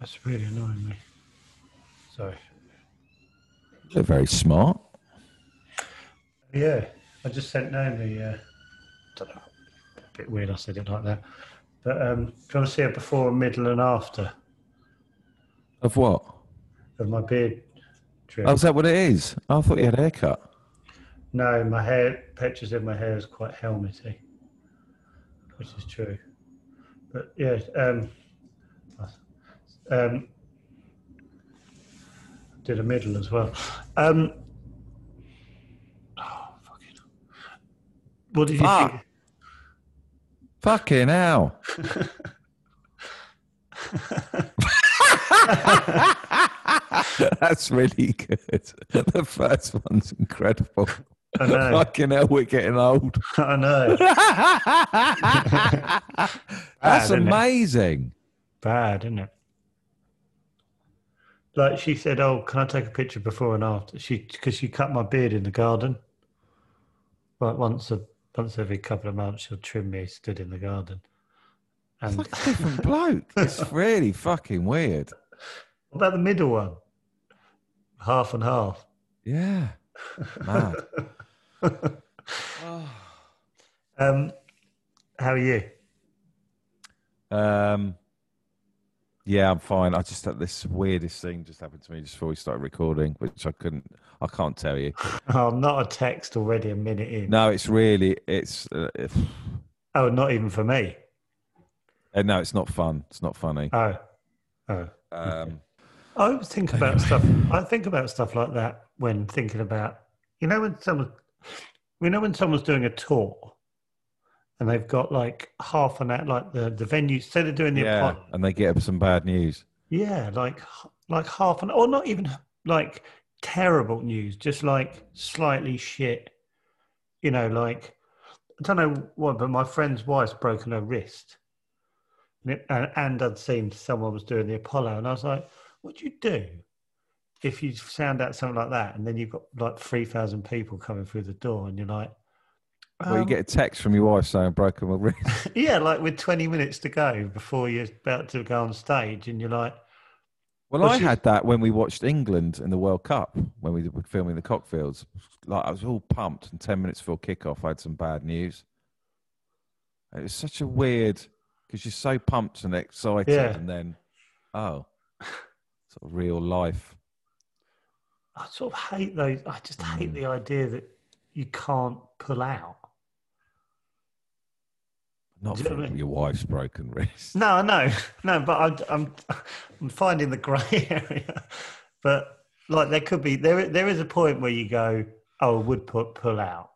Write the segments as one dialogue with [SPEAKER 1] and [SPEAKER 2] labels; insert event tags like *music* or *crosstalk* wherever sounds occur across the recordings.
[SPEAKER 1] It's really annoying me. So,
[SPEAKER 2] They're very smart.
[SPEAKER 1] yeah, I just sent Naomi. the. Uh, don't know. A bit weird I said it like that. But um, do you want to see a before, a middle, and after
[SPEAKER 2] Of what?
[SPEAKER 1] of my beard trim?
[SPEAKER 2] Oh, is that what it is? I thought you had a haircut.
[SPEAKER 1] No, my hair, pictures of my hair is quite helmety, which is true. But yeah, um, um, did a middle as well. Um, oh, fuck it. What did you think? *laughs*
[SPEAKER 2] Fuck. Fucking hell. *laughs* That's really good. The first one's incredible.
[SPEAKER 1] I know.
[SPEAKER 2] Fucking hell, we're getting old. *laughs*
[SPEAKER 1] I know.
[SPEAKER 2] That's
[SPEAKER 1] isn't it? *laughs*
[SPEAKER 2] amazing.
[SPEAKER 1] Bad, isn't it? Like she said, "Oh, can I take a picture before and after?" She because she cut my beard in the garden. Like once a once every couple of months, she'll trim me stood in the garden. And
[SPEAKER 2] It's like a different bloke. It's really fucking weird.
[SPEAKER 1] what *laughs* about the middle one? Half and half.
[SPEAKER 2] Yeah.
[SPEAKER 1] *laughs*
[SPEAKER 2] Mad. Oh.
[SPEAKER 1] Um, how are you?
[SPEAKER 2] Um, yeah, I'm fine. I just had this weirdest thing just happened to me just before we started recording, which I couldn't, I can't tell you.
[SPEAKER 1] Oh, not a text already a minute in.
[SPEAKER 2] No, it's really, it's, uh, if,
[SPEAKER 1] Oh, not even for me.
[SPEAKER 2] uh, no, it's not fun. It's
[SPEAKER 1] *laughs*
[SPEAKER 2] not funny.
[SPEAKER 1] Oh, oh.
[SPEAKER 2] Um,
[SPEAKER 1] I always think about stuff. I think about stuff like that when thinking about, you know, when someone, you know, when someone's doing a tour, and they've got like half an hour, like the the venue. So they're doing the
[SPEAKER 2] yeah,
[SPEAKER 1] apart-
[SPEAKER 2] and they get some bad news.
[SPEAKER 1] yeah, like h- like half an, or not even like terrible news, just like slightly shit. You know, like I don't know what, but my friend's wife's broken her wrist, and, it, and, and I'd seen someone was doing the Apollo, and I was like, "What do you do if you sound out something like that?" And then you've got like three thousand people coming through the door, and you're like,
[SPEAKER 2] well, you
[SPEAKER 1] um,
[SPEAKER 2] get a text from your wife saying broken my wrist.
[SPEAKER 1] *laughs* yeah, like with twenty minutes to go before you're about to go on stage, and you're like."
[SPEAKER 2] Well,
[SPEAKER 1] Well,
[SPEAKER 2] I
[SPEAKER 1] she-
[SPEAKER 2] had that when we watched England in the World Cup when we were filming the Cockfields. Like I was all pumped, and ten minutes before kickoff, I had some bad news. And It was such a weird because you're so pumped and excited,
[SPEAKER 1] Yeah.
[SPEAKER 2] and then oh, sort of real life.
[SPEAKER 1] I sort of hate those. I just hate
[SPEAKER 2] Mm.
[SPEAKER 1] the idea that you can't pull out.
[SPEAKER 2] Not
[SPEAKER 1] Do you know
[SPEAKER 2] from
[SPEAKER 1] what I mean?
[SPEAKER 2] your wife's broken wrist.
[SPEAKER 1] No, I know, *laughs* no, but I'm I'm, I'm finding the grey *laughs* area. But like, there could be there there is a point where you go, oh, I would put pull out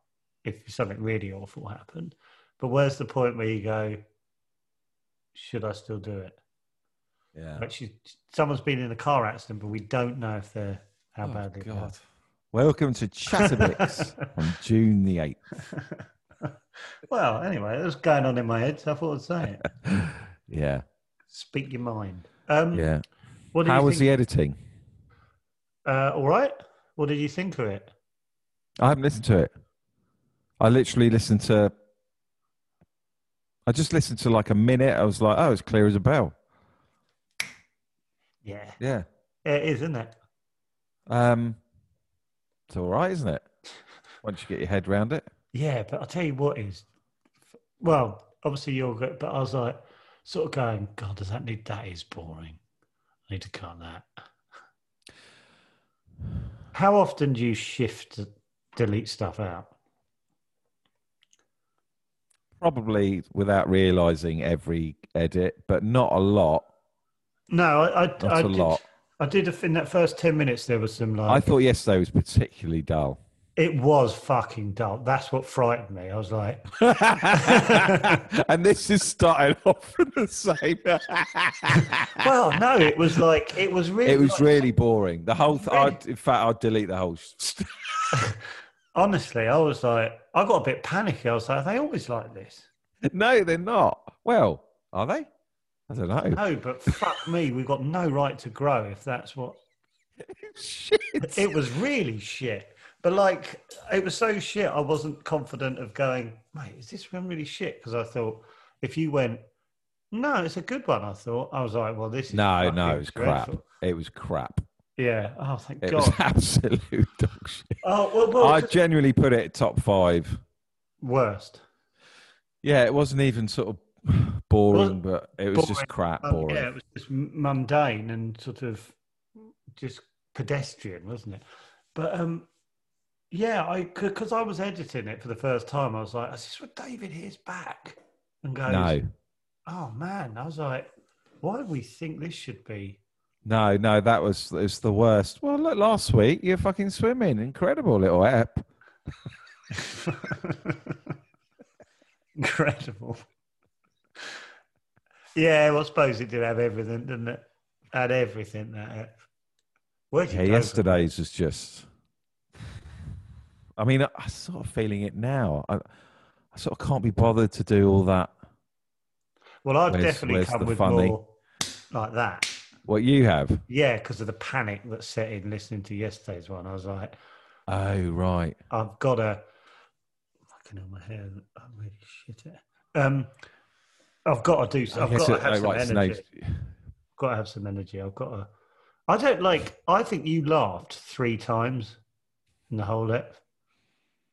[SPEAKER 1] if something really awful happened. But where's the point where you go? Should I still do it?
[SPEAKER 2] Yeah.
[SPEAKER 1] Like she, someone's been in a car accident, but we don't know if they're how
[SPEAKER 2] Oh,
[SPEAKER 1] badly. they are.
[SPEAKER 2] God. Welcome to Chatterbix
[SPEAKER 1] *laughs*
[SPEAKER 2] on June the eighth.
[SPEAKER 1] Well, anyway, that's going on in my head, so I thought I'd say
[SPEAKER 2] *laughs*
[SPEAKER 1] it.
[SPEAKER 2] Yeah.
[SPEAKER 1] Speak your mind. Um,
[SPEAKER 2] Yeah.
[SPEAKER 1] What did
[SPEAKER 2] How
[SPEAKER 1] you
[SPEAKER 2] was the
[SPEAKER 1] think?
[SPEAKER 2] editing?
[SPEAKER 1] Uh, all right. What did you think of it?
[SPEAKER 2] I haven't listened to it. I literally listened to. I just listened to like a minute. I was like, "Oh, it's clear as a bell."
[SPEAKER 1] Yeah,
[SPEAKER 2] Yeah,
[SPEAKER 1] it is, isn't it?
[SPEAKER 2] um, it's all right, isn't it? Once you get your head round it.
[SPEAKER 1] Yeah, but I'll tell you what is. Well, obviously you're good, but I was like, sort of going, God, does that need? That is boring. I need to cut that. How often do you shift to delete stuff out?
[SPEAKER 2] Probably without realizing every edit, but not a lot.
[SPEAKER 1] No, I, I,
[SPEAKER 2] Not
[SPEAKER 1] I
[SPEAKER 2] a
[SPEAKER 1] did,
[SPEAKER 2] lot.
[SPEAKER 1] I did a- in that first ten minutes. There was some like
[SPEAKER 2] I thought yesterday was particularly dull.
[SPEAKER 1] it was fucking dull. That's what frightened me. I was like,
[SPEAKER 2] *laughs* and this is starting *laughs* off from the same.
[SPEAKER 1] well, no, it was like it was really.
[SPEAKER 2] *laughs* it was
[SPEAKER 1] like-
[SPEAKER 2] really boring. The whole. Th-
[SPEAKER 1] Really?
[SPEAKER 2] I'd, in fact, I'd delete the whole. St-
[SPEAKER 1] honestly, I was like, I got a bit panicky. I was like, are they always like this?
[SPEAKER 2] No, they're not. Well, are they? I don't know.
[SPEAKER 1] No, but fuck me, we've got no right to grow if that's what.
[SPEAKER 2] Shit.
[SPEAKER 1] It was really shit. But like, it was so shit, I wasn't confident of going, mate, is this one really shit? Because I thought if you went, No, it's a good one. I thought I was like, well, this is
[SPEAKER 2] No, no,
[SPEAKER 1] fucking
[SPEAKER 2] it was crap.
[SPEAKER 1] dreadful.
[SPEAKER 2] It was crap.
[SPEAKER 1] Yeah. Oh, thank
[SPEAKER 2] It
[SPEAKER 1] God.
[SPEAKER 2] was *laughs* absolute dog shit.
[SPEAKER 1] oh, well, well
[SPEAKER 2] I
[SPEAKER 1] just-
[SPEAKER 2] genuinely put it top five.
[SPEAKER 1] worst.
[SPEAKER 2] Yeah, it wasn't even sort of *sighs* boring, but it was just
[SPEAKER 1] boring,
[SPEAKER 2] crap
[SPEAKER 1] Um,
[SPEAKER 2] boring.
[SPEAKER 1] yeah, it was just m- mundane and sort of just pedestrian, wasn't it? But um, yeah, I because I was editing it for the first time, I was like, "Is this what David hears back?" And goes,
[SPEAKER 2] no,
[SPEAKER 1] "Oh man," I was like, "Why do we think this should be?" *laughs*
[SPEAKER 2] no, no, that was it was the worst. Well, look, last week you're fucking swimming, incredible little app.
[SPEAKER 1] Incredible. Yeah, well, I suppose it did have everything, didn't it? Had everything that. It... Where'd you
[SPEAKER 2] Yeah,
[SPEAKER 1] go with that?
[SPEAKER 2] yesterday's was just. *sighs* I mean, I, I'm sort of feeling it now. I, I sort of can't be bothered to do all that.
[SPEAKER 1] Well, I've
[SPEAKER 2] Where's-
[SPEAKER 1] definitely
[SPEAKER 2] where's
[SPEAKER 1] come
[SPEAKER 2] the
[SPEAKER 1] with
[SPEAKER 2] funny?
[SPEAKER 1] more like that.
[SPEAKER 2] What you have?
[SPEAKER 1] Yeah, because of the panic that set in listening to yesterday's one. I was like,
[SPEAKER 2] Oh right.
[SPEAKER 1] I've got to. Fucking on my hair, I'm really shit at. it. Um, I've got to do.
[SPEAKER 2] I
[SPEAKER 1] I've
[SPEAKER 2] guess
[SPEAKER 1] got to
[SPEAKER 2] it-
[SPEAKER 1] have
[SPEAKER 2] oh,
[SPEAKER 1] some
[SPEAKER 2] right, it's
[SPEAKER 1] energy.
[SPEAKER 2] no-
[SPEAKER 1] Got to have some energy. I've got to. I don't like. I think you laughed three times in the whole lip,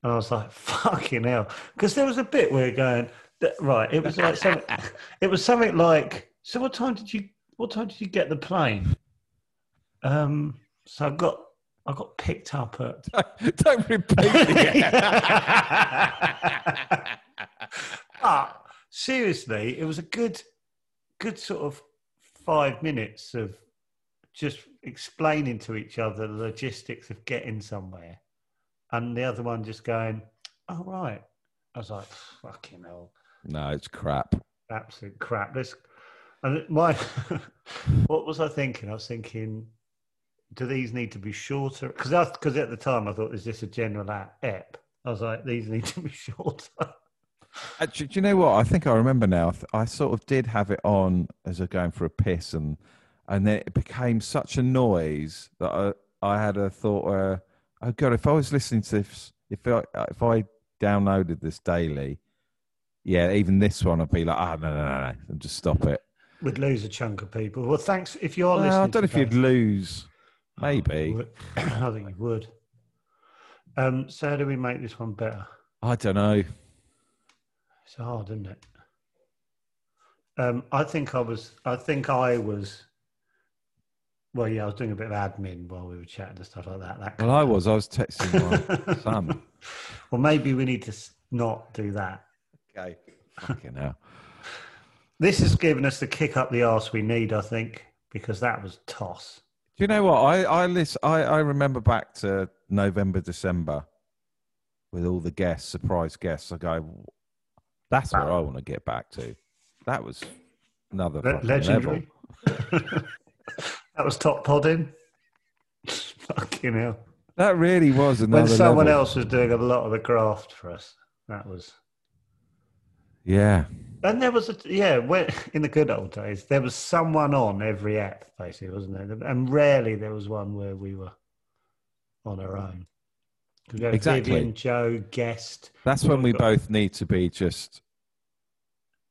[SPEAKER 1] and I was like, *laughs* "Fucking hell!" Because there was a bit where you're going that, right. It was like something. it was something like. So what time did you? What time did you get the plane? Um. So I got. I got picked up at.
[SPEAKER 2] *laughs* Don't repeat
[SPEAKER 1] *laughs*
[SPEAKER 2] it.
[SPEAKER 1] Yeah. but seriously, it was a good, good sort of five minutes of just explaining to each other the logistics of getting somewhere, and the other one just going, "All right." I was like, "Fucking hell,
[SPEAKER 2] no, it's crap.
[SPEAKER 1] absolute crap." This and my, *laughs* what was I thinking? I was thinking. Do these need to be shorter? Because because at the time I thought, is this a general app? ep?" I was like, these *laughs* need to be shorter.
[SPEAKER 2] Actually, do you know what? I think I remember now. I, th- I sort of did have it on as I going for a piss, and and then it became such a noise that I, I had a thought. Uh, oh god, if I was listening to this, if I, uh, if I downloaded this daily, yeah, even this one, I'd be like, ah, no, no, no, no, and just stop it.
[SPEAKER 1] We'd lose a chunk of people. Well, thanks if you are
[SPEAKER 2] Well, I
[SPEAKER 1] listening.
[SPEAKER 2] don't know
[SPEAKER 1] to Oh,
[SPEAKER 2] if you'd
[SPEAKER 1] that-
[SPEAKER 2] lose. Maybe
[SPEAKER 1] *clears throat* I think you would. Um, so how do we make this one better?
[SPEAKER 2] I don't know.
[SPEAKER 1] It's hard, isn't it? Um, I think I was. I think I was. Well, yeah, I was doing a bit of admin while we were chatting and stuff like that. That.
[SPEAKER 2] Well, I was. I was texting
[SPEAKER 1] *laughs*
[SPEAKER 2] my
[SPEAKER 1] kind
[SPEAKER 2] son.
[SPEAKER 1] of- well, maybe we need to s- not do that.
[SPEAKER 2] Okay. Fucking hell.
[SPEAKER 1] This has given us the kick up the arse we need, I think, because that was toss.
[SPEAKER 2] Do you know what I I list I, I remember back to November December with all the guests surprise guests. I go, that's where I want to get back to. That was another
[SPEAKER 1] Le-
[SPEAKER 2] fucking level.
[SPEAKER 1] legendary. *laughs* that was top podding. *laughs* Fucking hell.
[SPEAKER 2] That really was another.
[SPEAKER 1] When someone
[SPEAKER 2] level.
[SPEAKER 1] else was doing a lot of the graft for us, that was.
[SPEAKER 2] yeah,
[SPEAKER 1] And there was a yeah, when, *laughs* in the good old days, there was someone on every app basically, wasn't there? And rarely there was one where we were on our own. 'Cause we had
[SPEAKER 2] Exactly.
[SPEAKER 1] Vivian, Joe, guest.
[SPEAKER 2] that's when we
[SPEAKER 1] got-
[SPEAKER 2] both need to be just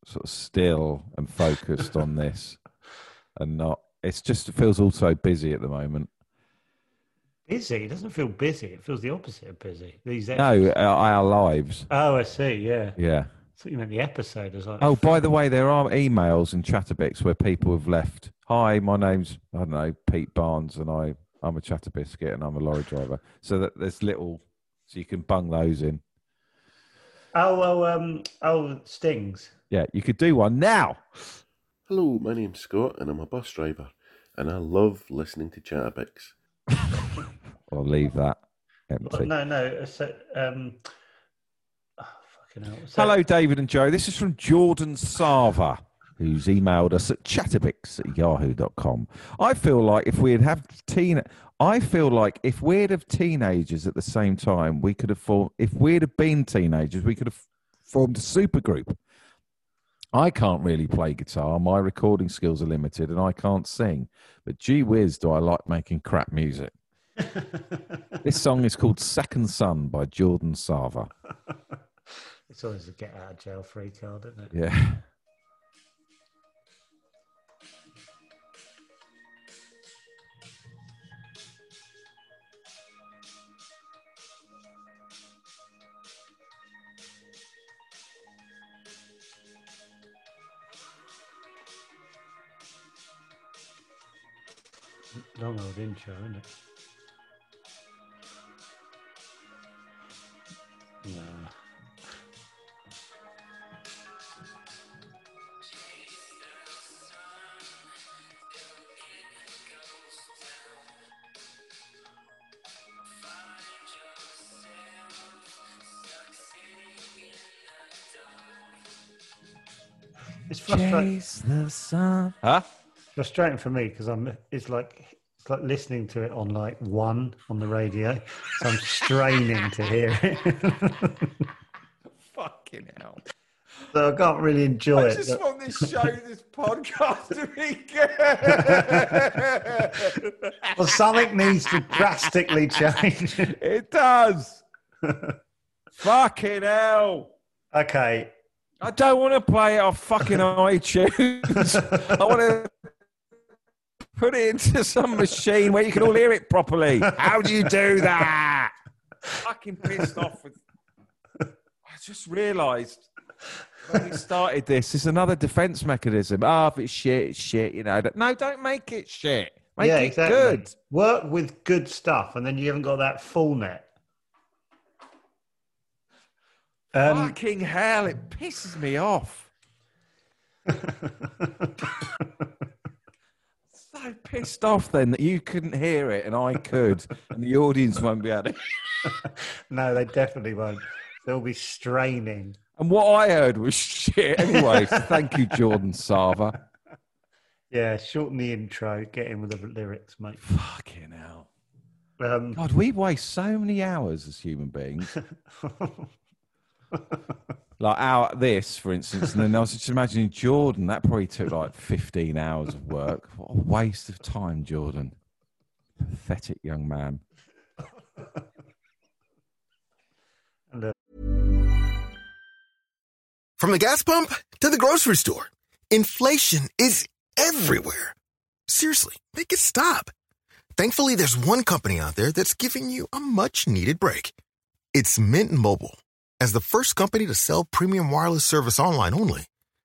[SPEAKER 2] sort of still and focused on this, and not. It's just it feels all so busy at the moment.
[SPEAKER 1] Busy. It doesn't feel busy. It feels the opposite of busy. These
[SPEAKER 2] No,
[SPEAKER 1] episodes.
[SPEAKER 2] our, our lives.
[SPEAKER 1] Oh, I see. Yeah.
[SPEAKER 2] Yeah.
[SPEAKER 1] I thought you meant the episode. I was like,
[SPEAKER 2] Oh, by the way, there are emails and chatterbits where people have left. Hi, my name's I don't know Pete Barnes, and I I'm a chatterbiscuit, and I'm a lorry driver. So that there's little, so you can bung those in.
[SPEAKER 1] Oh, oh, um, oh, Stings.
[SPEAKER 2] Yeah, you could do one now.
[SPEAKER 3] Hello, my name's Scott and I'm a bus driver and I love listening to Chatterbix.
[SPEAKER 2] I'll leave that
[SPEAKER 1] Well,
[SPEAKER 2] empty.
[SPEAKER 1] no, no. it's, uh, um, oh, fucking hell. So-
[SPEAKER 2] Hello, David and Joe. This is from Jordan Sava, who's emailed us at chatterbix at yahoo.com. I feel like if we'd have teen, I feel like if we'd have teenagers at the same time, we could have formed, if we'd have been teenagers, we could have formed a supergroup. I can't really play guitar. My recording skills are limited and I can't sing. But gee whiz, do I like making crap music. This song is called Second Son by Jordan Sava.
[SPEAKER 1] it's always a get out of jail free card, isn't it?
[SPEAKER 2] Yeah.
[SPEAKER 1] long old intro, isn't it? Nah. It's frustrating.
[SPEAKER 2] Chase the sun. Huh?
[SPEAKER 1] frustrating for me because I'm it's like it's like listening to it on like one on the radio, so I'm straining to hear it. *laughs*
[SPEAKER 2] Fucking hell.
[SPEAKER 1] so I can't really enjoy
[SPEAKER 2] I
[SPEAKER 1] it.
[SPEAKER 2] just
[SPEAKER 1] but-
[SPEAKER 2] want this show, this *laughs* podcast to be good.
[SPEAKER 1] Well, something needs to drastically change. *laughs*
[SPEAKER 2] it does. Fucking hell.
[SPEAKER 1] okay.
[SPEAKER 2] I don't want to play it off
[SPEAKER 1] *laughs*
[SPEAKER 2] fucking iTunes. I want to put it into some machine where you can all hear it properly. How do you do that? Fucking pissed off with. I just realised when we started this, it's another defence mechanism. Ah, if it's shit, it's shit. You know, no, don't make it shit. Make
[SPEAKER 1] yeah,
[SPEAKER 2] it
[SPEAKER 1] exactly.
[SPEAKER 2] good.
[SPEAKER 1] Work with good stuff, and then you haven't got that full net. Um,
[SPEAKER 2] Fucking hell, it pisses me off.
[SPEAKER 1] *laughs*
[SPEAKER 2] So pissed off then that you couldn't hear it and I could, and the audience won't be able to
[SPEAKER 1] *laughs* no, they definitely won't. They'll be straining.
[SPEAKER 2] And what I heard was *laughs* shit *laughs* anyway. so thank you, Jordan Sava.
[SPEAKER 1] Yeah, shorten the intro. Get in with the lyrics, mate.
[SPEAKER 2] Fucking hell.
[SPEAKER 1] Um, *laughs*
[SPEAKER 2] God, we waste so many hours as human *laughs* beings. Like hour at this, for instance, and then I was just imagining Jordan. That probably took like fifteen hours of work. What a waste of time, Jordan. Pathetic young *laughs* man.
[SPEAKER 4] From the gas pump to the grocery store, inflation is everywhere. Seriously, make it stop. Thankfully, there's one company out there that's giving you a much needed break. It's Mint Mobile. As the first company to sell premium wireless service online only,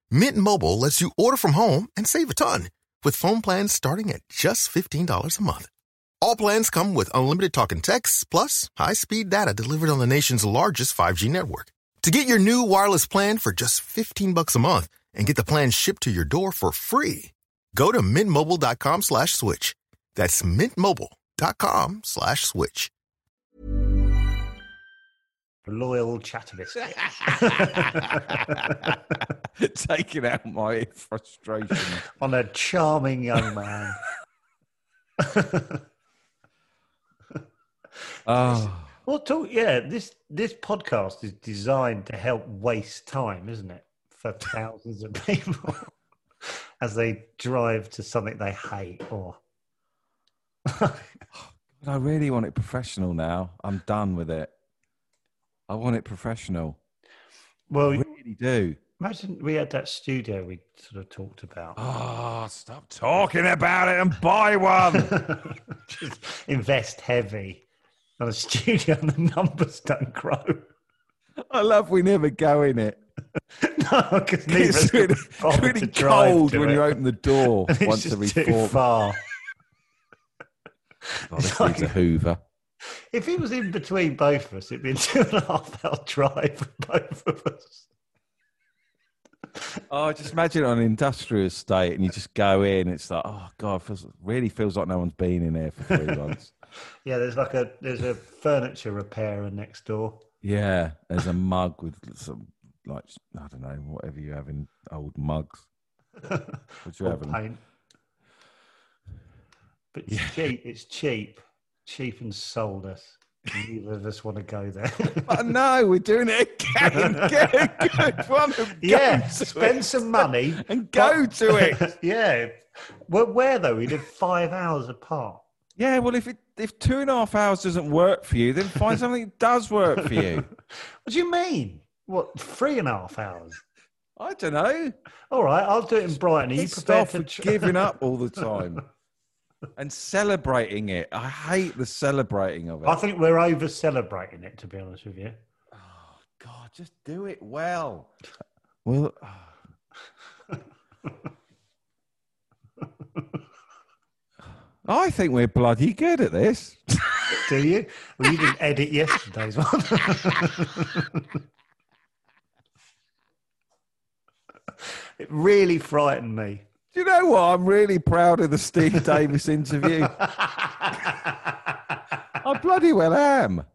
[SPEAKER 4] Mint Mobile lets you order from home and save a ton with phone plans starting at just $15 a month. All plans come with unlimited talk and text, plus high speed data delivered on the nation's largest 5G network. To get your new wireless plan for just 15 bucks a month and get the plan shipped to your door for free, go to mintmobile.com slash switch. That's mintmobile.com slash switch.
[SPEAKER 1] loyal chatterist.
[SPEAKER 2] Taking out my frustration.
[SPEAKER 1] *laughs* on a charming young man.
[SPEAKER 2] *sighs*
[SPEAKER 1] *laughs*
[SPEAKER 2] Oh,
[SPEAKER 1] well, talk, yeah, this this podcast is designed to help waste time, isn't it, for thousands of people *laughs* as they drive to something they hate or. *laughs*
[SPEAKER 2] I really want it professional now. I'm done with it. I want it professional.
[SPEAKER 1] well,
[SPEAKER 2] I really do.
[SPEAKER 1] imagine we had that studio we sort of talked about.
[SPEAKER 2] Oh, stop talking about it and buy one.
[SPEAKER 1] *laughs* Just invest heavy on a studio and the numbers don't grow.
[SPEAKER 2] *laughs*
[SPEAKER 1] *laughs*
[SPEAKER 2] I love we never go in it.
[SPEAKER 1] no, because neither
[SPEAKER 2] It's
[SPEAKER 1] of *laughs* us could bother
[SPEAKER 2] really, really
[SPEAKER 1] to drive
[SPEAKER 2] cold
[SPEAKER 1] to
[SPEAKER 2] when
[SPEAKER 1] it.
[SPEAKER 2] you open the door
[SPEAKER 1] And *laughs* it's
[SPEAKER 2] once
[SPEAKER 1] just
[SPEAKER 2] every
[SPEAKER 1] too
[SPEAKER 2] four.
[SPEAKER 1] far.
[SPEAKER 2] Oh, this
[SPEAKER 1] It's like-
[SPEAKER 2] needs a Hoover.
[SPEAKER 1] If it was in between both of us, it'd be a *laughs* two and a half hour drive for both of us.
[SPEAKER 2] Oh, just imagine on an industrial estate, and you just go in. It's like, oh god, feels, really feels like no one's been in here for three months.
[SPEAKER 1] Yeah, there's like a there's a furniture repairer next door. *laughs*
[SPEAKER 2] Yeah, there's a mug with some like I don't know whatever you have in old mugs. What you
[SPEAKER 1] Or
[SPEAKER 2] have in?
[SPEAKER 1] paint. But it's cheap. It's cheap. Cheap and sold us. Neither of us want to go
[SPEAKER 2] *laughs*
[SPEAKER 1] there.
[SPEAKER 2] Oh, no, we're doing it again. *laughs* Get a good one. and go
[SPEAKER 1] *laughs* yeah,
[SPEAKER 2] to
[SPEAKER 1] spend
[SPEAKER 2] it.
[SPEAKER 1] some money. *laughs*
[SPEAKER 2] and go to it.
[SPEAKER 1] yeah. Well, where though? We live five hours apart.
[SPEAKER 2] Yeah, well, if it if two and a half hours doesn't work for you, then find something that does work for you.
[SPEAKER 1] What do you mean? What three and a half hours?
[SPEAKER 2] *laughs* I don't know.
[SPEAKER 1] All right, I'll do it in Brighton. Are you
[SPEAKER 2] Pissed
[SPEAKER 1] prepared
[SPEAKER 2] off
[SPEAKER 1] to
[SPEAKER 2] with
[SPEAKER 1] tr-
[SPEAKER 2] giving up all the *laughs* time and celebrating it. I hate the celebrating of it.
[SPEAKER 1] *laughs* I think we're over celebrating it, to be honest with you.
[SPEAKER 2] oh God, just do it well. Well, *sighs* I think we're bloody good at this.
[SPEAKER 1] Do you? Well, you didn't edit yesterday's one. *laughs* it really frightened me. *laughs*
[SPEAKER 2] Do you know what? I'm really proud of the Steve Davis interview. *laughs* I bloody well am.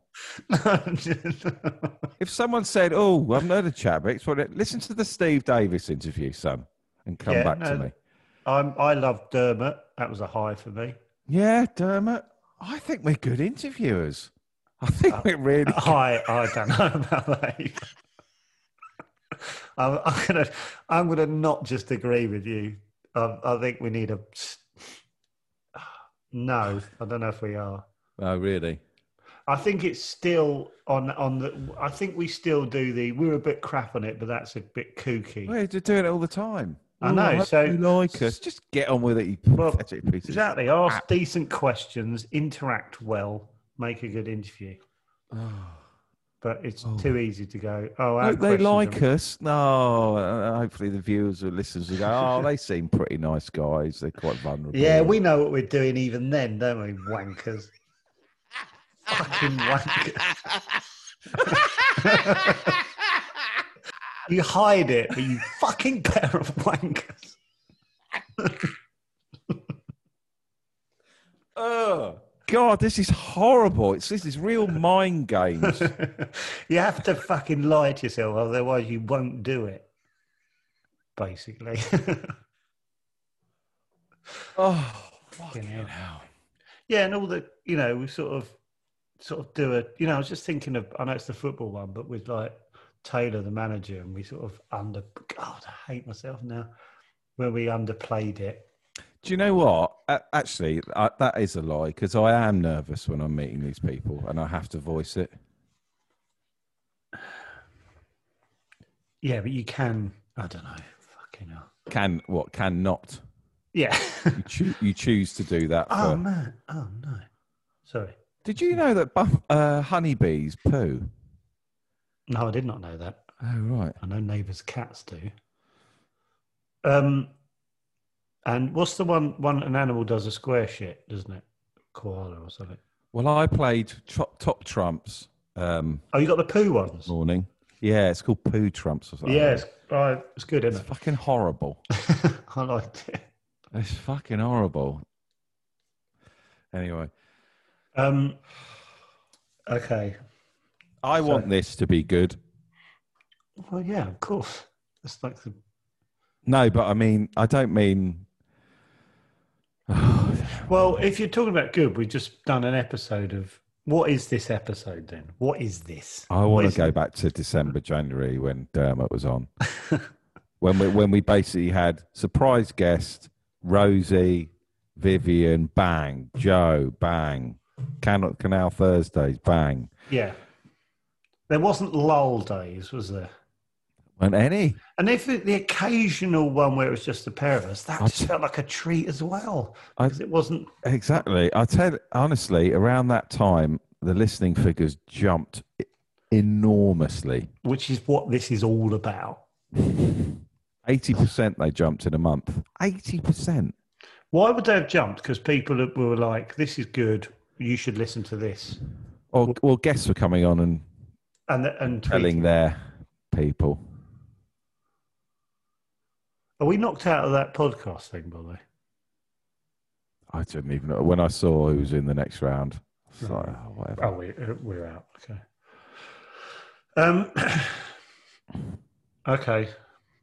[SPEAKER 2] If someone said, "Oh, I've heard of Chadwick," so listen to the Steve Davis interview, son, and come
[SPEAKER 1] Yeah,
[SPEAKER 2] back to
[SPEAKER 1] no.
[SPEAKER 2] me.
[SPEAKER 1] I'm, I love Dermot. That was a high for me.
[SPEAKER 2] Yeah, Dermot, I think we're good interviewers. I think
[SPEAKER 1] Uh,
[SPEAKER 2] we're really.
[SPEAKER 1] I I don't know about that. *laughs* either. I'm, I'm gonna I'm gonna not just agree with you. I, I think we need a. s- *sighs* No, I don't know if we are.
[SPEAKER 2] Oh, really?
[SPEAKER 1] I think it's still on on the. I think we still do the. We're a bit crap on it, but that's a bit kooky.
[SPEAKER 2] We're just doing it all the time.
[SPEAKER 1] I
[SPEAKER 2] Oh,
[SPEAKER 1] know,
[SPEAKER 2] hope
[SPEAKER 1] so-
[SPEAKER 2] you like us. Just get on with it, you
[SPEAKER 1] Well,
[SPEAKER 2] pathetic pieces.
[SPEAKER 1] Exactly. Ask decent questions. Interact well. Make a good interview.
[SPEAKER 2] Oh.
[SPEAKER 1] But it's
[SPEAKER 2] Oh.
[SPEAKER 1] too easy to go. Oh, our
[SPEAKER 2] Hope they
[SPEAKER 1] questions are-
[SPEAKER 2] like us. No, uh, hopefully the viewers or listeners will go, oh, they seem pretty nice guys. They're quite vulnerable.
[SPEAKER 1] Yeah, we know what we're doing even then, don't we, wankers? Fucking wankers. you hide it, but you fucking pair of wankers. *laughs*
[SPEAKER 2] Oh, God, this is horrible. It's This is real mind games.
[SPEAKER 1] you have to fucking lie to yourself, otherwise you won't do it. Basically. *laughs*
[SPEAKER 2] oh, fucking
[SPEAKER 1] hell.
[SPEAKER 2] hell.
[SPEAKER 1] yeah, and all the you know, we sort of sort of do a you know, I was just thinking of I know it's the football one, but with like Taylor the manager and we sort of under God, I hate myself now. When we underplayed it.
[SPEAKER 2] Do you know what? A- Actually, I, that is a lie because I am nervous when I'm meeting these people and I have to voice it.
[SPEAKER 1] Yeah, but you can I don't know, fucking hell.
[SPEAKER 2] Can what? Can not.
[SPEAKER 1] Yeah. *laughs*
[SPEAKER 2] You, choo- you choose to do that. For,
[SPEAKER 1] oh man. Oh no. Sorry.
[SPEAKER 2] Did you know that buff, uh, honeybees poo?
[SPEAKER 1] No, I did not know that.
[SPEAKER 2] Oh, right.
[SPEAKER 1] I know neighbours' cats do. Um and what's the one one an animal does a square shit, doesn't it? Koala or something.
[SPEAKER 2] Well, I played top, top trumps um,
[SPEAKER 1] Oh, you got the poo ones.
[SPEAKER 2] morning. Yeah, it's called poo trumps or something.
[SPEAKER 1] Yes, uh, it's good,
[SPEAKER 2] it's
[SPEAKER 1] isn't
[SPEAKER 2] fucking horrible.
[SPEAKER 1] it? *laughs* I liked it.
[SPEAKER 2] It's fucking horrible. Anyway,
[SPEAKER 1] Um, okay.
[SPEAKER 2] I
[SPEAKER 1] So-
[SPEAKER 2] want this to be good.
[SPEAKER 1] Well, yeah, of course. It's like the
[SPEAKER 2] No, but I mean, I don't mean.
[SPEAKER 1] well, if you're talking about good, we've just done an episode of what is this episode then? What is this?
[SPEAKER 2] I want
[SPEAKER 1] What
[SPEAKER 2] to go
[SPEAKER 1] is-
[SPEAKER 2] back to December, January when Dermot was on, *laughs* when we when we basically had surprise guest Rosie, Vivian, bang, Joe, bang, Canal Canal Thursdays, bang,
[SPEAKER 1] Yeah, there wasn't lull days, was there?
[SPEAKER 2] and any.
[SPEAKER 1] And if it, the occasional one where it was just the pair of us, that
[SPEAKER 2] I-
[SPEAKER 1] just felt like a treat as well
[SPEAKER 2] I-
[SPEAKER 1] because it wasn't.
[SPEAKER 2] Exactly. I tell honestly, around that time, the listening figures jumped e- enormously.
[SPEAKER 1] Which is what this is all about.
[SPEAKER 2] Eighty percent they jumped in a month. Eighty percent.
[SPEAKER 1] Why would they have jumped? Because people were like, "This is good. You should listen to this."
[SPEAKER 2] Or well, guests were coming on and
[SPEAKER 1] And and
[SPEAKER 2] telling
[SPEAKER 1] tweeting.
[SPEAKER 2] their people.
[SPEAKER 1] Are we knocked out of that podcast thing, by the way?
[SPEAKER 2] I didn't even know. When I saw who was in the next round, I was
[SPEAKER 1] No.
[SPEAKER 2] like, oh, whatever.
[SPEAKER 1] Oh, we uh, we're out. Okay. Um. *coughs* okay.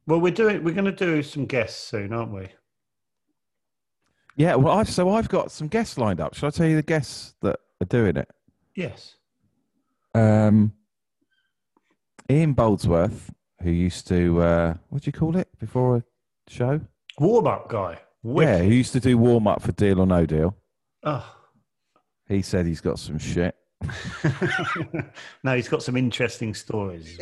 [SPEAKER 1] Well, we're doing. We're going to do some guests soon, aren't we?
[SPEAKER 2] Yeah, well, I've, so I've got some guests lined up. Shall I tell you the guests that are doing it?
[SPEAKER 1] Yes.
[SPEAKER 2] Um, Ian Boldsworth, who used to, uh, what do you call it before a show?
[SPEAKER 1] Warm up guy.
[SPEAKER 2] Yeah,
[SPEAKER 1] Wicked.
[SPEAKER 2] who used to do warm up for Deal or No Deal.
[SPEAKER 1] Oh. *laughs*
[SPEAKER 2] He said he's got some shit.
[SPEAKER 1] no, he's got some interesting stories.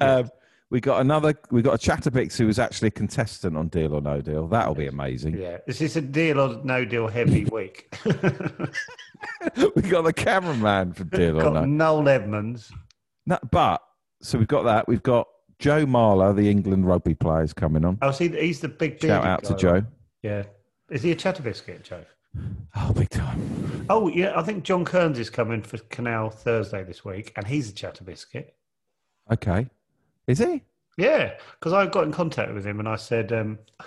[SPEAKER 2] Um, we got another. We got a Chatterbix who was actually a contestant on Deal or No Deal. That'll be amazing. *laughs*
[SPEAKER 1] yeah, this is a deal or no deal heavy week.
[SPEAKER 2] we got the cameraman for Deal or
[SPEAKER 1] got
[SPEAKER 2] No.
[SPEAKER 1] Noel Edmonds.
[SPEAKER 2] No, but so we've got that. We've got Joe Marler, the England rugby players, coming on.
[SPEAKER 1] Oh, see, he's the big.
[SPEAKER 2] Shout
[SPEAKER 1] bearded
[SPEAKER 2] out to
[SPEAKER 1] guy,
[SPEAKER 2] Joe.
[SPEAKER 1] Yeah, Is he a cheddar biscuit, Joe?
[SPEAKER 2] Oh, big time.
[SPEAKER 1] Oh, yeah. I think John Kearns is coming for Canal Thursday this week, and he's a cheddar biscuit.
[SPEAKER 2] Okay. Is he?
[SPEAKER 1] Yeah, because I got in contact with him and I said, um, *laughs*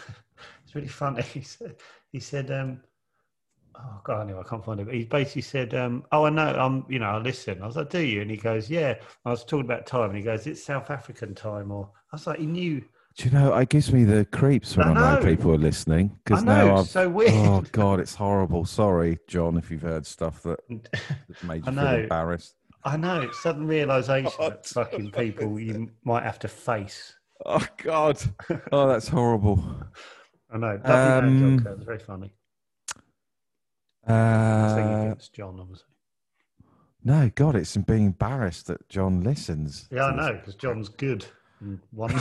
[SPEAKER 1] it's really funny. *laughs* He said, he said um, oh, God, anyway, I can't find it. But he basically said, um, oh, I know, um, you know, I listen. I was like, do you? And he goes, yeah. And I was talking about time and he goes, it's South African time. Or I was like, he knew.
[SPEAKER 2] Do you know, it gives me the creeps when
[SPEAKER 1] I
[SPEAKER 2] I know,
[SPEAKER 1] know.
[SPEAKER 2] people are listening.
[SPEAKER 1] I
[SPEAKER 2] Because
[SPEAKER 1] know, *laughs*
[SPEAKER 2] now
[SPEAKER 1] it's
[SPEAKER 2] I've.
[SPEAKER 1] so weird.
[SPEAKER 2] Oh, God, it's horrible. Sorry, John, if you've heard stuff that
[SPEAKER 1] *laughs*
[SPEAKER 2] that's made
[SPEAKER 1] I
[SPEAKER 2] you feel
[SPEAKER 1] know.
[SPEAKER 2] embarrassed.
[SPEAKER 1] I know, it's sudden realization
[SPEAKER 2] *laughs* God.
[SPEAKER 1] that fucking people you might have to face.
[SPEAKER 2] Oh, God. *laughs* Oh,
[SPEAKER 1] *laughs*
[SPEAKER 2] that's horrible.
[SPEAKER 1] I know. Lovely man,
[SPEAKER 2] Um,
[SPEAKER 1] John Kearns, very funny. Nothing
[SPEAKER 2] Uh,
[SPEAKER 1] against John, obviously.
[SPEAKER 2] no, God, it's being embarrassed that John listens.
[SPEAKER 1] Yeah, I
[SPEAKER 2] to this.
[SPEAKER 1] know, because John's good. and *laughs* One.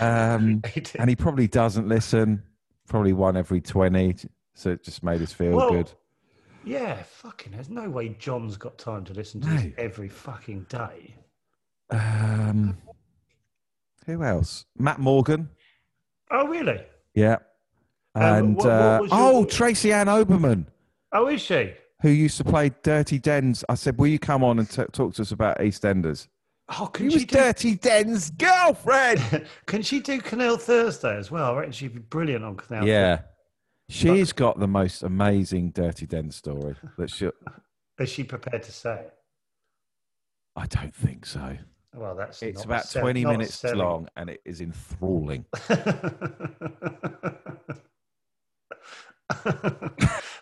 [SPEAKER 2] Um,
[SPEAKER 1] He did.
[SPEAKER 2] *laughs* and he probably doesn't listen. Probably one every twenty, so it just made us feel
[SPEAKER 1] Well,
[SPEAKER 2] good.
[SPEAKER 1] yeah, fucking. There's no way John's got time to listen to
[SPEAKER 2] No.
[SPEAKER 1] this every fucking day.
[SPEAKER 2] Um, who else? Matt Morgan,
[SPEAKER 1] Oh, really?
[SPEAKER 2] yeah,
[SPEAKER 1] Um,
[SPEAKER 2] and
[SPEAKER 1] what- what
[SPEAKER 2] uh,
[SPEAKER 1] was your-
[SPEAKER 2] oh Tracy Ann Oberman,
[SPEAKER 1] Oh, is she?
[SPEAKER 2] who used to play Dirty Dens. I said, "Will you come on and t- talk to us about EastEnders?"
[SPEAKER 1] Oh, can
[SPEAKER 2] He
[SPEAKER 1] she
[SPEAKER 2] was Dirty Den's girlfriend.
[SPEAKER 1] do? *laughs* Can she do Canal Thursday as well? I reckon she'd be brilliant on Canal.
[SPEAKER 2] yeah. She's got the most amazing Dirty Den story that she.
[SPEAKER 1] Thursday. Is she prepared to say it?
[SPEAKER 2] I don't think so.
[SPEAKER 1] Well, that's
[SPEAKER 2] It's
[SPEAKER 1] not
[SPEAKER 2] about
[SPEAKER 1] sell-
[SPEAKER 2] 20
[SPEAKER 1] not
[SPEAKER 2] minutes
[SPEAKER 1] selling.
[SPEAKER 2] long and it is enthralling.
[SPEAKER 1] *laughs*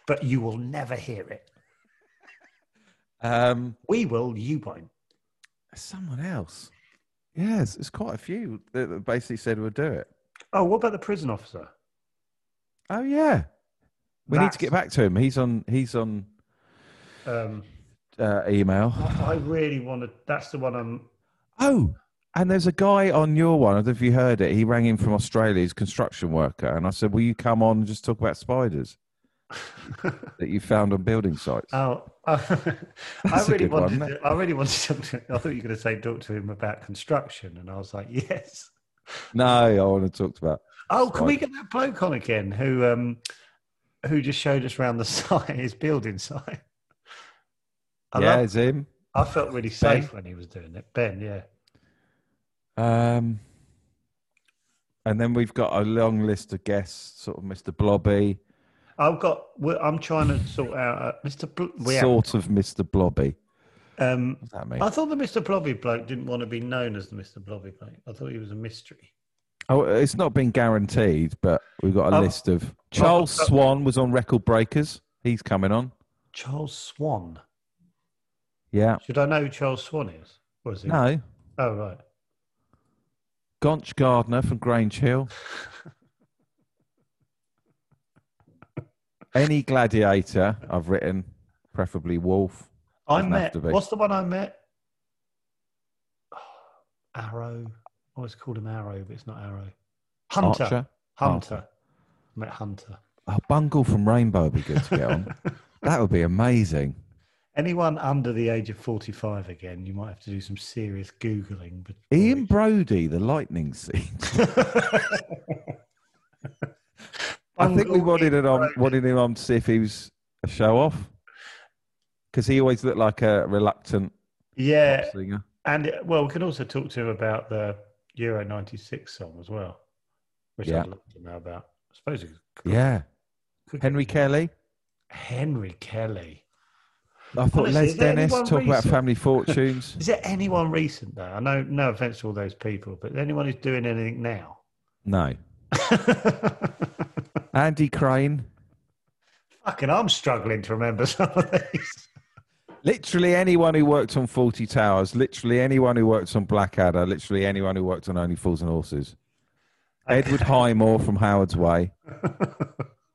[SPEAKER 1] but you will never hear it.
[SPEAKER 2] Um,
[SPEAKER 1] We will. You won't.
[SPEAKER 2] someone else. Yes, it's quite a few that that basically said we'll do it.
[SPEAKER 1] Oh, what about the prison officer?
[SPEAKER 2] Oh yeah, we need
[SPEAKER 1] That's-
[SPEAKER 2] to get back to him. He's on. He's on
[SPEAKER 1] Um,
[SPEAKER 2] uh, email.
[SPEAKER 1] I I really want to. That's the one I'm.
[SPEAKER 2] Oh, and there's a guy on your one. I don't know if you heard it. He rang in from Australia. He's a construction worker, and I said, "Will you come on and just talk
[SPEAKER 1] *laughs*
[SPEAKER 2] about spiders that you found on building sites?"
[SPEAKER 1] Oh, I *laughs*
[SPEAKER 2] That's a
[SPEAKER 1] really
[SPEAKER 2] good one,
[SPEAKER 1] wanted.
[SPEAKER 2] isn't
[SPEAKER 1] to, I really wanted. To, I thought you were going to say talk to him about construction, and I was like, yes.
[SPEAKER 2] no, I want to talk about.
[SPEAKER 1] Oh, can we
[SPEAKER 2] Right.
[SPEAKER 1] get that bloke on again? Who, um, who just showed us around the *laughs* site, his building site. I,
[SPEAKER 2] yeah,
[SPEAKER 1] love-
[SPEAKER 2] it's him.
[SPEAKER 1] I felt really safe when he was doing it. Ben, yeah.
[SPEAKER 2] Um, and then we've got a long list of guests, sort of Mr. Blobby,
[SPEAKER 1] I've got. we- I'm trying to sort out uh, Mr. Bl- we have-
[SPEAKER 2] sort of Mr. Blobby.
[SPEAKER 1] um,
[SPEAKER 2] What's that mean?
[SPEAKER 1] I thought the Mr. Blobby bloke didn't want to be known as the Mr. Blobby bloke. I thought he was a mystery.
[SPEAKER 2] Oh, it's not been guaranteed, but we've got a
[SPEAKER 1] Um,
[SPEAKER 2] list of. Charles
[SPEAKER 1] uh,
[SPEAKER 2] Swan was on Record Breakers. He's coming on.
[SPEAKER 1] Charles Swan.
[SPEAKER 2] Yeah.
[SPEAKER 1] Should I know who Charles Swan is? Or is he?
[SPEAKER 2] No.
[SPEAKER 1] Oh right.
[SPEAKER 2] Gonch Gardner from Grange Hill. Any gladiator I've written, preferably Wolf.
[SPEAKER 1] I
[SPEAKER 2] Doesn't have
[SPEAKER 1] met.
[SPEAKER 2] to be.
[SPEAKER 1] What's the one I met? *sighs* Arrow. I always called him Arrow, but it's not Arrow. Hunter.
[SPEAKER 2] Archer.
[SPEAKER 1] Hunter. I met Hunter.
[SPEAKER 2] Oh, Bungle from Rainbow would be good to get on. that would be amazing.
[SPEAKER 1] Anyone under the age of forty-five again, you might have to do some serious googling. But
[SPEAKER 2] Ian Brody, the lightning scene. *laughs* I think we
[SPEAKER 1] Bungle
[SPEAKER 2] wanted
[SPEAKER 1] Ian
[SPEAKER 2] it on,
[SPEAKER 1] Brody.
[SPEAKER 2] wanted him on to see if he was a show off, because he always looked like a reluctant
[SPEAKER 1] Yeah,
[SPEAKER 2] pop singer.
[SPEAKER 1] and it- well, we can also talk to him about the Euro '96 song as well, which
[SPEAKER 2] Yeah.
[SPEAKER 1] I'd love to know about. I suppose it could,
[SPEAKER 2] Yeah,
[SPEAKER 1] could
[SPEAKER 2] Henry
[SPEAKER 1] get-
[SPEAKER 2] Kelly.
[SPEAKER 1] Henry Kelly.
[SPEAKER 2] I thought
[SPEAKER 1] Honestly,
[SPEAKER 2] Les
[SPEAKER 1] is there
[SPEAKER 2] Dennis
[SPEAKER 1] anyone
[SPEAKER 2] talk about
[SPEAKER 1] recent? *laughs*
[SPEAKER 2] family fortunes.
[SPEAKER 1] Is there anyone recent though? I know, no offense to all those people, but anyone who's doing anything now?
[SPEAKER 2] *laughs* no, Andy Crane.
[SPEAKER 1] Fucking, I'm struggling to remember some of these.
[SPEAKER 2] Literally anyone who worked on Forty Towers. Literally anyone who worked on Blackadder. Literally anyone who worked on Only Fools
[SPEAKER 1] *laughs*
[SPEAKER 2] and Horses. Edward Highmore from Howard's Way.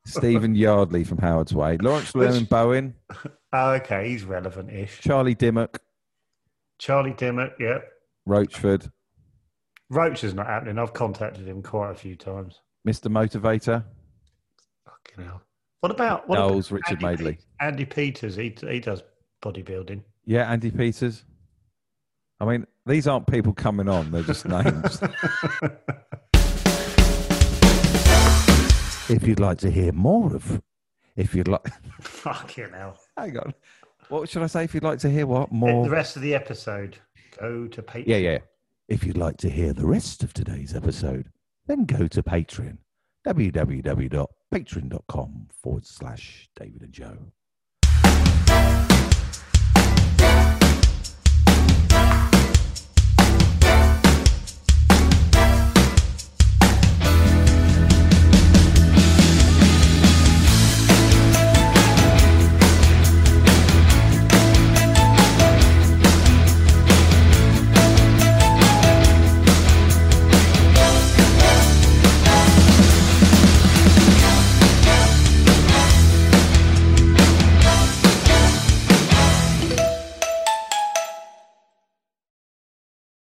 [SPEAKER 2] Stephen Yardley from Howard's Way. Lawrence
[SPEAKER 1] Which-
[SPEAKER 2] Llewellyn Bowen.
[SPEAKER 1] Oh, okay, he's relevant-ish.
[SPEAKER 2] Charlie Dimmock.
[SPEAKER 1] Charlie Dimmock, yeah. Roachford.
[SPEAKER 2] Roachford.
[SPEAKER 1] Roach is not happening. I've contacted him quite a few times.
[SPEAKER 2] Mr. Motivator.
[SPEAKER 1] Fucking hell. What about what
[SPEAKER 2] Knowles,
[SPEAKER 1] about
[SPEAKER 2] Richard
[SPEAKER 1] Andy
[SPEAKER 2] Madeley.
[SPEAKER 1] Pe- Andy Peters, he he does bodybuilding. *laughs*
[SPEAKER 2] Yeah, Andy Peters. I mean,
[SPEAKER 1] *laughs*
[SPEAKER 2] these aren't people coming on, they're just names. If you'd like to hear more of, if you'd like, *laughs*
[SPEAKER 1] Fucking hell.
[SPEAKER 2] hang on. What should I say? If you'd like to hear what
[SPEAKER 1] The
[SPEAKER 2] more?
[SPEAKER 1] rest of the episode, go to Patreon.
[SPEAKER 2] Yeah, yeah. If you'd like to hear the rest of today's episode, then go to Patreon. www.patreon.com forward slash David and Joe.